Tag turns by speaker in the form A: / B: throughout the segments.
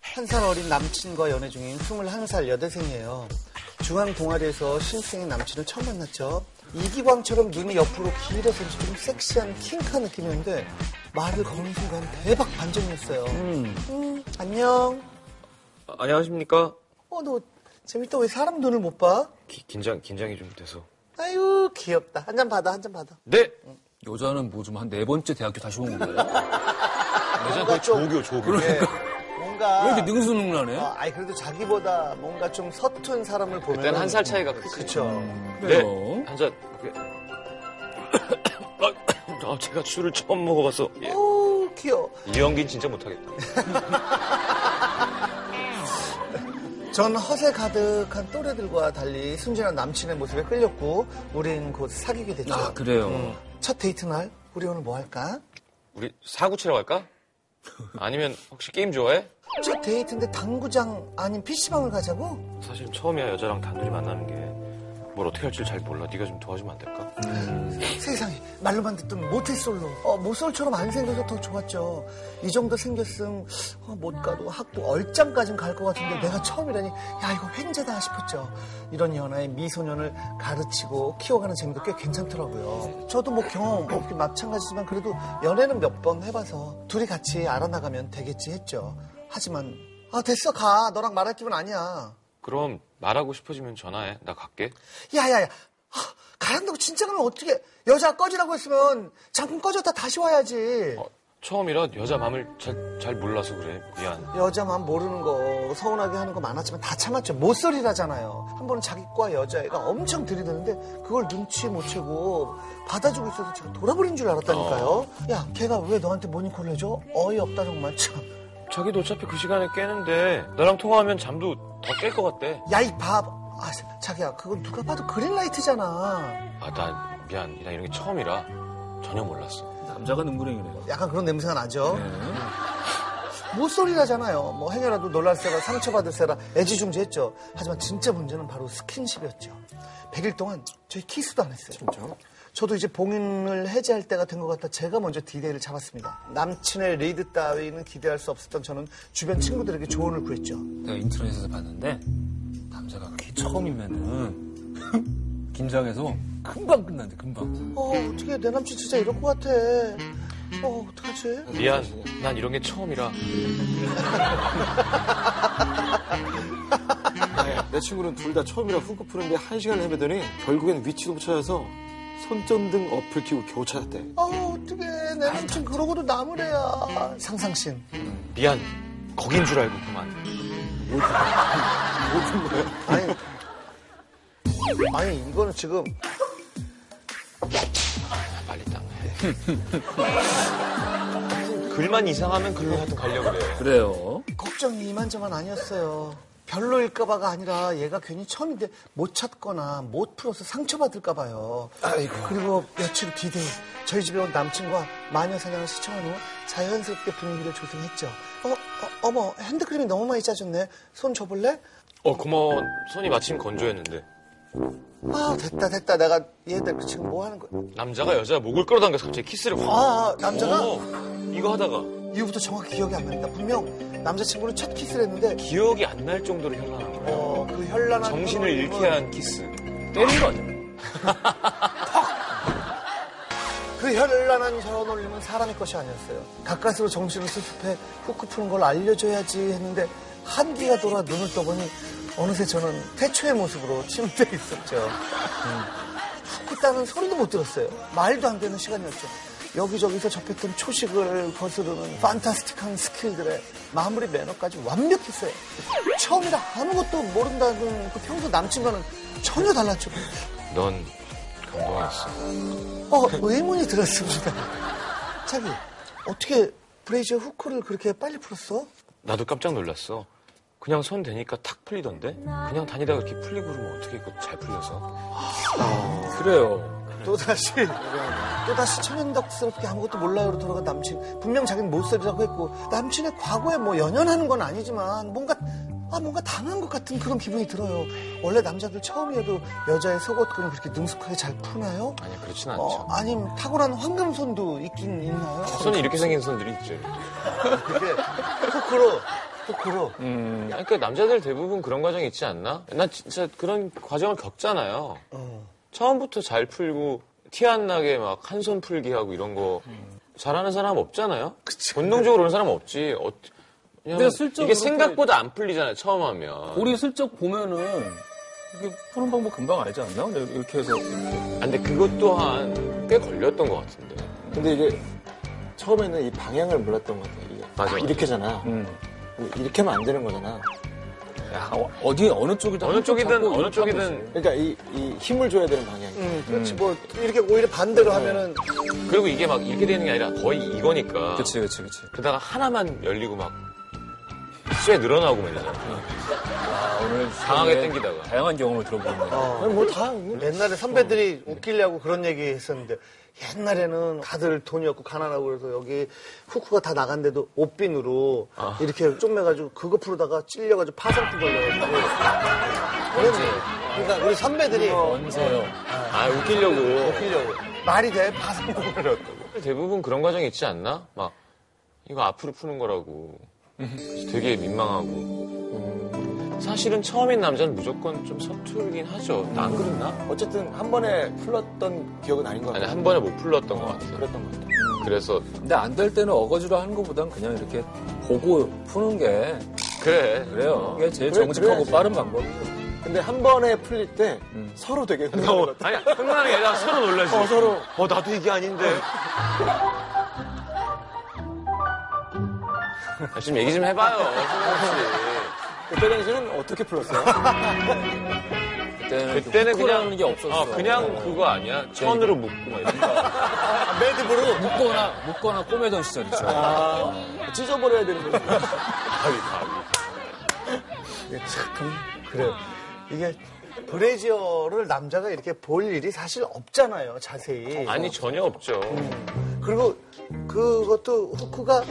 A: 한 살 어린 남친과 연애 중인 21살 여대생이에요. 중앙 동아리에서 신생인 남친을 처음 만났죠. 이기광처럼 눈이 옆으로 길어서 좀 섹시한 킹카 느낌이었는데 말을 거는 순간 대박 반전이었어요. 음, 안녕.
B: 아, 안녕하십니까?
A: 어, 너 재밌다. 왜 사람 눈을 못 봐?
B: 기- 긴장 긴장이 좀 돼서.
A: 아유, 귀엽다. 한 잔 받아, 한 잔 받아.
B: 네.
C: 여자는 뭐 좀 한 네 번째 대학교 다시 온 건가요?
A: 여자 거의
B: 조교 그 조교.
A: 예, 뭔가.
C: 왜 이렇게
A: 아,
C: 능수능란해?
A: 아니 그래도 자기보다 뭔가 좀 서툰 사람을 보면
B: 일단 한 살 차이가 크지. 음.
A: 그쵸
D: 네.
C: 그래요.
B: 한잔. 아, 제가 술을 처음 먹어봐서 예.
A: 오 귀여워
B: 이 연기는 진짜 못하겠다.
A: 전 허세 가득한 또래들과 달리 순진한 남친의 모습에 끌렸고 우린 곧 사귀게 됐죠
C: 아, 그래요.
D: 음.
A: 첫 데이트 날 우리 오늘 뭐 할까?
B: 우리 사구 치러 갈까? 아니면 혹시 게임 좋아해?
A: 첫 데이트인데 당구장 아닌 PC방을 가자고?
B: 사실은 처음이야 여자랑 단둘이 만나는 게 뭘 어떻게 할지 잘 몰라. 네가 좀 도와주면 안 될까?
A: 세상에 말로만 듣던 모태솔로 어, 모쏠처럼 안 생겨서 더 좋았죠 이 정도 생겼음 어, 못 가도 학부 얼짱까진 갈 것 같은데 내가 처음이라니 야 이거 횡재다 싶었죠 이런 연하의 미소년을 가르치고 키워가는 재미도 꽤 괜찮더라고요 저도 뭐 경험 없기 마찬가지지만 그래도 연애는 몇 번 해봐서 둘이 같이 알아나가면 되겠지 했죠 하지만 아 됐어 가 너랑 말할 기분 아니야
B: 그럼 말하고 싶어지면 전화해. 나 갈게.
A: 야야야 하, 가란다고 진짜 그러면 어떻게 여자 꺼지라고 했으면 잠깐 꺼졌다 다시 와야지
B: 어, 처음이라 여자 마음을 잘, 잘 몰라서 그래. 미안.
A: 여자만 모르는 거 서운하게 하는 거 많았지만 다 참았죠 못소리라잖아요 한 번은 자기 과 여자애가 엄청 들이대는데 그걸 눈치 못 채고 받아주고 있어서 제가 돌아버린 줄 알았다니까요 야 걔가 왜 너한테 모닝콜을 해줘 어이없다 정말
B: 자기도 어차피 그 시간에 깨는데 나랑 통화하면 잠도 더 깰 것 같대.
A: 참 야 이 밥 아, 자기야 그건 누가 봐도 그린라이트잖아
B: 아, 나 미안. 나 이런 게 처음이라 전혀 몰랐어.
C: 남자가 능구랭이래요.
A: 약간 그런 냄새가 나죠
C: 네.
A: 모쏠이라잖아요. 뭐 행여라도 놀랄세라 상처받을세라 애지중지했죠. 하지만 진짜 문제는 바로 스킨십이었죠. 100일 동안 저희 키스도 안 했어요. 진짜? 저도 이제 봉인을 해제할 때가 된 것 같아 제가 먼저 디데이를 잡았습니다. 남친의 리드 따위는 기대할 수 없었던 저는 주변 친구들에게 조언을 구했죠.
C: 내가 인터넷에서 봤는데 남자가 그게 처음이면은 긴장해서 금방 끝난대 금방
A: 어, 어떻게 내 남친 진짜 이럴 것 같아. 어, 어떡하지?
B: 미안. 난 이런 게 처음이라.
D: 네, 내 친구는 둘 다 처음이라 훅 푸는데 한 시간을 헤매더니 결국엔 위치도 못 찾아서 손전등 어플 키고 겨우 찾았대.
A: 어, 어떡해. 내 남친 그러고도 남으래야. 상상신.
B: 미안. 거긴 줄 알고 그만.
A: 아니, 아니 이거는 지금
B: 아, 빨리 땅해. 글만 이상하면 글로 하여튼 가려고 그래.
C: 그래요
A: 걱정이 이만저만 아니었어요. 별로일까봐가 아니라 얘가 괜히 처음인데 못 찾거나 못 풀어서 상처받을까봐요. 그리고 며칠 뒤에 저희 집에 온 남친과 마녀 사냥을 시청한 후 자연스럽게 분위기를 조성했죠. 어, 어, 머 핸드크림이 너무 많이 짜졌네. 손 줘볼래?
B: 어, 고마워. 손이 마침 건조했는데.
A: 아, 됐다, 됐다. 내가 얘들 지금 뭐 하는 거야?
B: 남자가 여자 목을 끌어당겨서 갑자기 키스를 확.
A: 아, 아, 남자가?
B: 어, 이거 하다가
A: 이후부터 정확히 기억이 안 납니다. 분명 남자친구는 첫 키스를 했는데,
B: 기억이 안 날 정도로 현란한 거야.
A: 어, 그 현란한. 어,
B: 정신을
A: 흐름은
B: 잃게 한 키스.
C: 때린 거 아니야
A: 그 현란한 혀놀림은 사람의 것이 아니었어요. 가까스로 정신을 수습해 후크 푸는 걸 알려줘야지 했는데 한기가 돌아 눈을 떠보니 어느새 저는 태초의 모습으로 침대에 있었죠. 음. 후크 따는 소리도 못 들었어요. 말도 안 되는 시간이었죠. 여기저기서 접했던 초식을 거스르는 판타스틱한 스킬들의 마무리 매너까지 완벽했어요. 처음이라 아무것도 모른다는 그 평소 남친과는 전혀 달랐죠.
B: 넌 감동했어.
A: 어, 의문이 들었습니다. 자기, 어떻게 브레이저 후크를 그렇게 빨리 풀었어?
B: 나도 깜짝 놀랐어. 그냥 손 대니까 탁 풀리던데? 그냥 다니다가 이렇게 풀리고 그러면 어떻게 그잘 풀려서? 아,
C: 그래요
A: 또다시, 또다시 천연덕스럽게 아무것도 몰라요로 돌아간 남친. 분명 자기는 못살이라고 했고, 남친의 과거에 뭐 연연하는 건 아니지만, 뭔가, 아, 뭔가 당한 것 같은 그런 기분이 들어요. 원래 남자들 처음이어도 여자의 속옷끈을 그렇게 능숙하게 잘 푸나요?
B: 아니, 그렇진 않죠.
A: 어, 아님 탁월한 황금손도 있긴 있나요?
B: 음, 손이 이렇게 생긴 손들이 있죠.
A: 이게 후크로 거꾸로.
B: 아니, 그러니까 남자들 대부분 그런 과정이 있지 않나? 나 진짜 그런 과정을 겪잖아요. 처음부터 잘 풀고 티 안 나게 막 한 손 풀기 하고 이런 거 잘하는 사람 없잖아요. 본능적으로 그런 사람 없지. 어, 왜냐면
C: 근데 슬쩍
B: 이게
C: 그렇게-
B: 생각보다 안 풀리잖아요. 처음 하면.
C: 우리 슬쩍 보면은 이게 푸는 방법 금방 알지 않나? 근데 이렇게 해서
B: 아, 근데 그것 또한 꽤 걸렸던 것 같은데.
D: 근데 이게 처음에는 이 방향을 몰랐던 것 같아요. 이게
B: 맞아, 맞아.
D: 이렇게잖아. 근데 이렇게 하면 안 되는 거잖아.
C: 야, 어- 어디 어느 쪽이든
B: 어느
C: 한쪽
B: 쪽이든
C: 잡고
B: 어느
C: 이쪽 잡고
B: 쪽이든
D: 그러니까 이, 이 힘을 줘야 되는 방향이.
A: 음, 그렇지. 뭐, 이렇게 오히려 반대로 하면은
B: 그리고 이게 막 이렇게 되는 게 아니라 거의 이거니까.
C: 그치 그치 그치
B: 그러다가 하나만 열리고 막 쇠 늘어나고 막 이러잖아.
C: 아, 오늘
B: 강하게
C: 되게
B: 당기다가.
C: 다양한 경험을 들어보겠네요
D: 아니, 뭐 다. 있는
A: 옛날에 선배들이 웃기려고 그런 얘기 했었는데 옛날에는 다들 돈이 없고 가난하고 그래서 여기 후크가 다 나간데도 옷핀으로
D: 아.
A: 이렇게 쪽매가지고 그거 풀다가 찔려가지고 파상풍 걸려가지고 그러니까 우리 선배들이
D: 어,
C: 언제요?
B: 아 웃기려고.
A: 웃기려고 말이 돼 파상풍 걸렸다고
B: 대부분 그런 과정이 있지 않나? 막 이거 앞으로 푸는 거라고 그래서 되게 민망하고 사실은 처음인 남자는 무조건 좀 서툴긴 하죠 안 그랬나?
D: 어쨌든 한 번에 풀렀던 기억은 아닌 것
B: 아니
D: 같아요.
B: 한 번에 못 풀렀던 것 같아요
D: 그랬던 것 같아요.
B: 그래서
C: 근데 안 될 때는 어거지로 하는 것보단 그냥 이렇게 보고 푸는 게
B: 그래
C: 그래요 이게 제일
D: 그래,
C: 정직하고
D: 그래야지.
C: 빠른 방법이에요
D: 근데 한 번에 풀릴 때 서로 되게 흥겨워.
B: 아니 흥나는 애가 서로 놀라지
D: 어, 서로.
B: 어 나도 이게 아닌데 아, 지금 얘기 좀 해봐요 승관
D: 그때 당시에는 어떻게 풀었어요?
C: 그때는,
B: 씨. 그때는
C: 후크라는
B: 그냥
C: 게 없었어
B: 어, 그냥 그거 아니야 천으로 묶고 막 이런 거
D: 매듭으로
C: 묶거나 묶거나 꼬매던 시절이죠
B: 아.
D: 찢어버려야 되는 거죠.
A: 이게 참 그래요. 이게 브레지어를 남자가 이렇게 볼 일이 사실 없잖아요, 자세히.
B: 아니 전혀 없죠
A: 그리고 그것도 후크가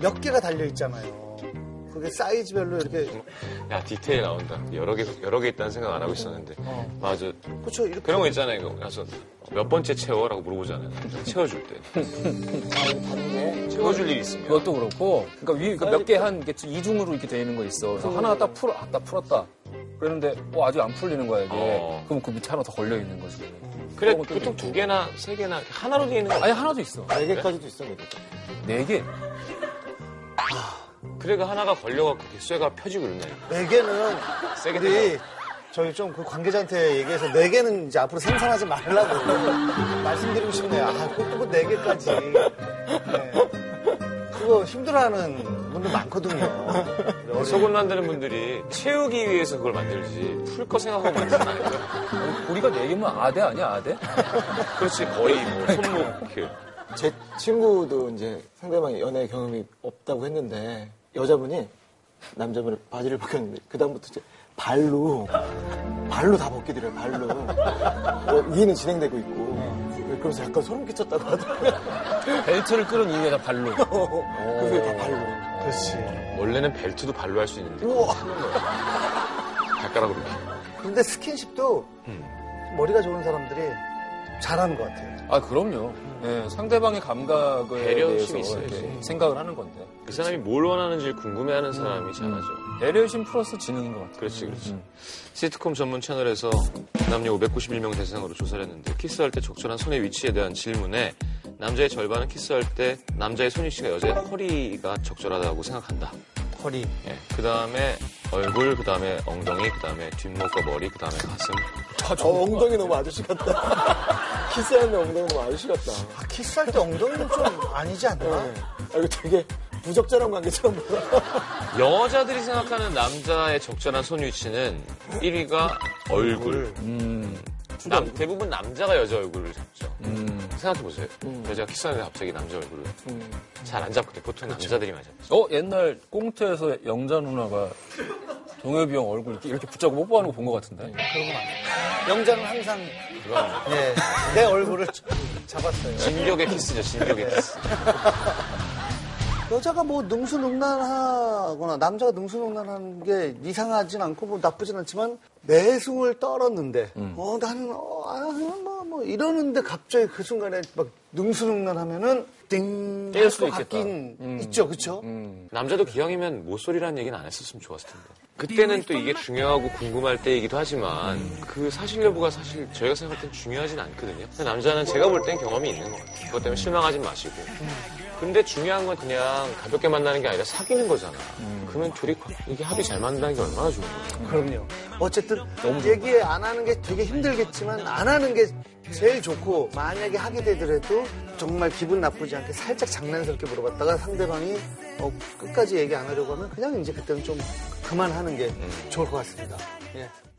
A: 몇 개가 달려 있잖아요. 그게 사이즈별로 이렇게
B: 야 디테일 나온다. 여러 개 여러 개 있다는 생각 안 하고 있었는데.
D: 어.
B: 맞아.
A: 그렇죠. 이렇게
B: 그런 거 있잖아요. 이거 가서 몇 번째 채워라고 물어보잖아요. 남자 채워줄
D: 아,
B: 때. 채워줄 일 있으면.
C: 그것도 그렇고 그러니까 위 몇 개 한 이중으로 이렇게 돼 있는 거 있어 그래서 하나 딱 풀어 아, 딱 풀었다 그랬는데 어, 아직 안 풀리는 거야 이게
B: 어.
C: 그럼 그 밑에 하나 더 걸려 있는 거지
B: 그래
C: 그런 것도
B: 보통
C: 있고.
B: 두 개나 세 개나 하나로 되어 있는 거.
C: 아니 하나도 있어
D: 네 개까지도 있어, 네 개.
C: 네개
B: 그래가 하나가 걸려갖고 이렇게 쇠가 펴지고 그러네.
A: 네 개는
B: 세게
A: 우리 저희 좀 그 관계자한테 얘기해서 네 개는 이제 앞으로 생산하지 말라고 말씀드리고 싶네요. 아, 그것도 네 개까지. 네. 그거 힘들어하는 분들 많거든요.
B: 속옷 만드는 분들이 채우기 위해서 그걸 만들지 풀 거 생각하고 만드는 거 아니에요.
C: 우리가 네 개면 아대 아니야 아대?
B: 그렇지 거의 뭐 손목 이렇게.
D: 제 친구도 이제 상대방이 연애 경험이 없다고 했는데 여자분이 남자분이 바지를 벗겼는데 그다음부터 이제 발로 발로 다 벗기더래요 발로 뭐 위는 진행되고 있고 그러면서 약간 소름 끼쳤다고 하더라고요
C: 벨트를 끄는 이유가 다 발로
D: 그게 다 발로
A: 그렇지.
B: 원래는 벨트도 발로 할 수 있는데
A: 우와.
B: 발가락으로. 이렇게.
A: 근데 스킨십도
B: 음.
A: 머리가 좋은 사람들이 잘하는 것 같아요.
C: 아 그럼요. 예, 상대방의 감각에
B: 배려심이
C: 대해서
B: 있어야지.
C: 이렇게 생각을 하는 건데
B: 그 사람이 뭘 원하는지 궁금해하는 사람이
A: 음.
B: 잘하죠.
C: 배려심 플러스 지능인 것 같아요.
B: 그렇지, 그렇지. 음, 시트콤 전문 채널에서 남녀 591명 대상으로 조사를 했는데 키스할 때 적절한 손의 위치에 대한 질문에 남자의 절반은 키스할 때 남자의 손 위치가 여자의 허리가 적절하다고 생각한다.
A: 허리.
B: 예. 그 다음에 얼굴, 그 다음에 엉덩이, 그 다음에 뒷목과 머리, 그 다음에 가슴.
D: 저 엉덩이 너무 아저씨 같다 키스하는 엉덩이 너무 아저씨 같다
A: 아, 키스할 때 엉덩이는 좀 아니지 않나?
D: 네. 아 이거 되게 부적절한 관계처럼 보여
B: 여자들이 생각하는 남자의 적절한 손 위치는 1위가 얼굴. 음. 남, 대부분 남자가 여자 얼굴을 잡죠. 생각해보세요. 여자가 키스하는데 갑자기 남자 얼굴을. 잘 안 잡거든요. 보통 남자들이 많이 잡죠.
C: 어 옛날 꽁트에서 영자 누나가 동엽이 형 얼굴 이렇게, 이렇게 붙잡고 뽀뽀하는 거 본 것 같은데.
A: 영자는 항상 예, 내 얼굴을 잡았어요.
B: 진격의 키스죠, 진격의 키스.
A: 여자가 뭐 능수능란하거나 남자가 능수능란한 게 이상하진 않고 뭐 나쁘진 않지만 내숭을 떨었는데
C: 음.
A: 어 나는 어, 아 그냥 뭐, 뭐 이러는데 갑자기 그 순간에 막 능수능란하면은 띵할
C: 뗄 수도
A: 것
C: 있겠다. 음.
A: 같긴 있죠, 그렇죠?
B: 남자도 기왕이면 모쏠이라는 얘기는 안 했었으면 좋았을 텐데. 그때는 또 이게 중요하고 궁금할 때이기도 하지만 그 사실 여부가 사실 저희가 생각할 땐 중요하진 않거든요. 근데 남자는 제가 볼 땐 경험이 있는 것 같아요. 그것 때문에 실망하지 마시고. 근데 중요한 건 그냥 가볍게 만나는 게 아니라 사귀는 거잖아. 그러면 둘이 이게 합이 잘 맞는다는 게 얼마나 좋은 거야.
A: 그럼요. 어쨌든 얘기 안 하는 게 되게 힘들겠지만 안 하는 게 제일 좋고 만약에 하게 되더라도 정말 기분 나쁘지 않게 살짝 장난스럽게 물어봤다가 상대방이 어, 음. 끝까지 얘기 안 하려고 하면 그냥 이제 그때는 좀 그만하는 게 좋을 것 같습니다. 예.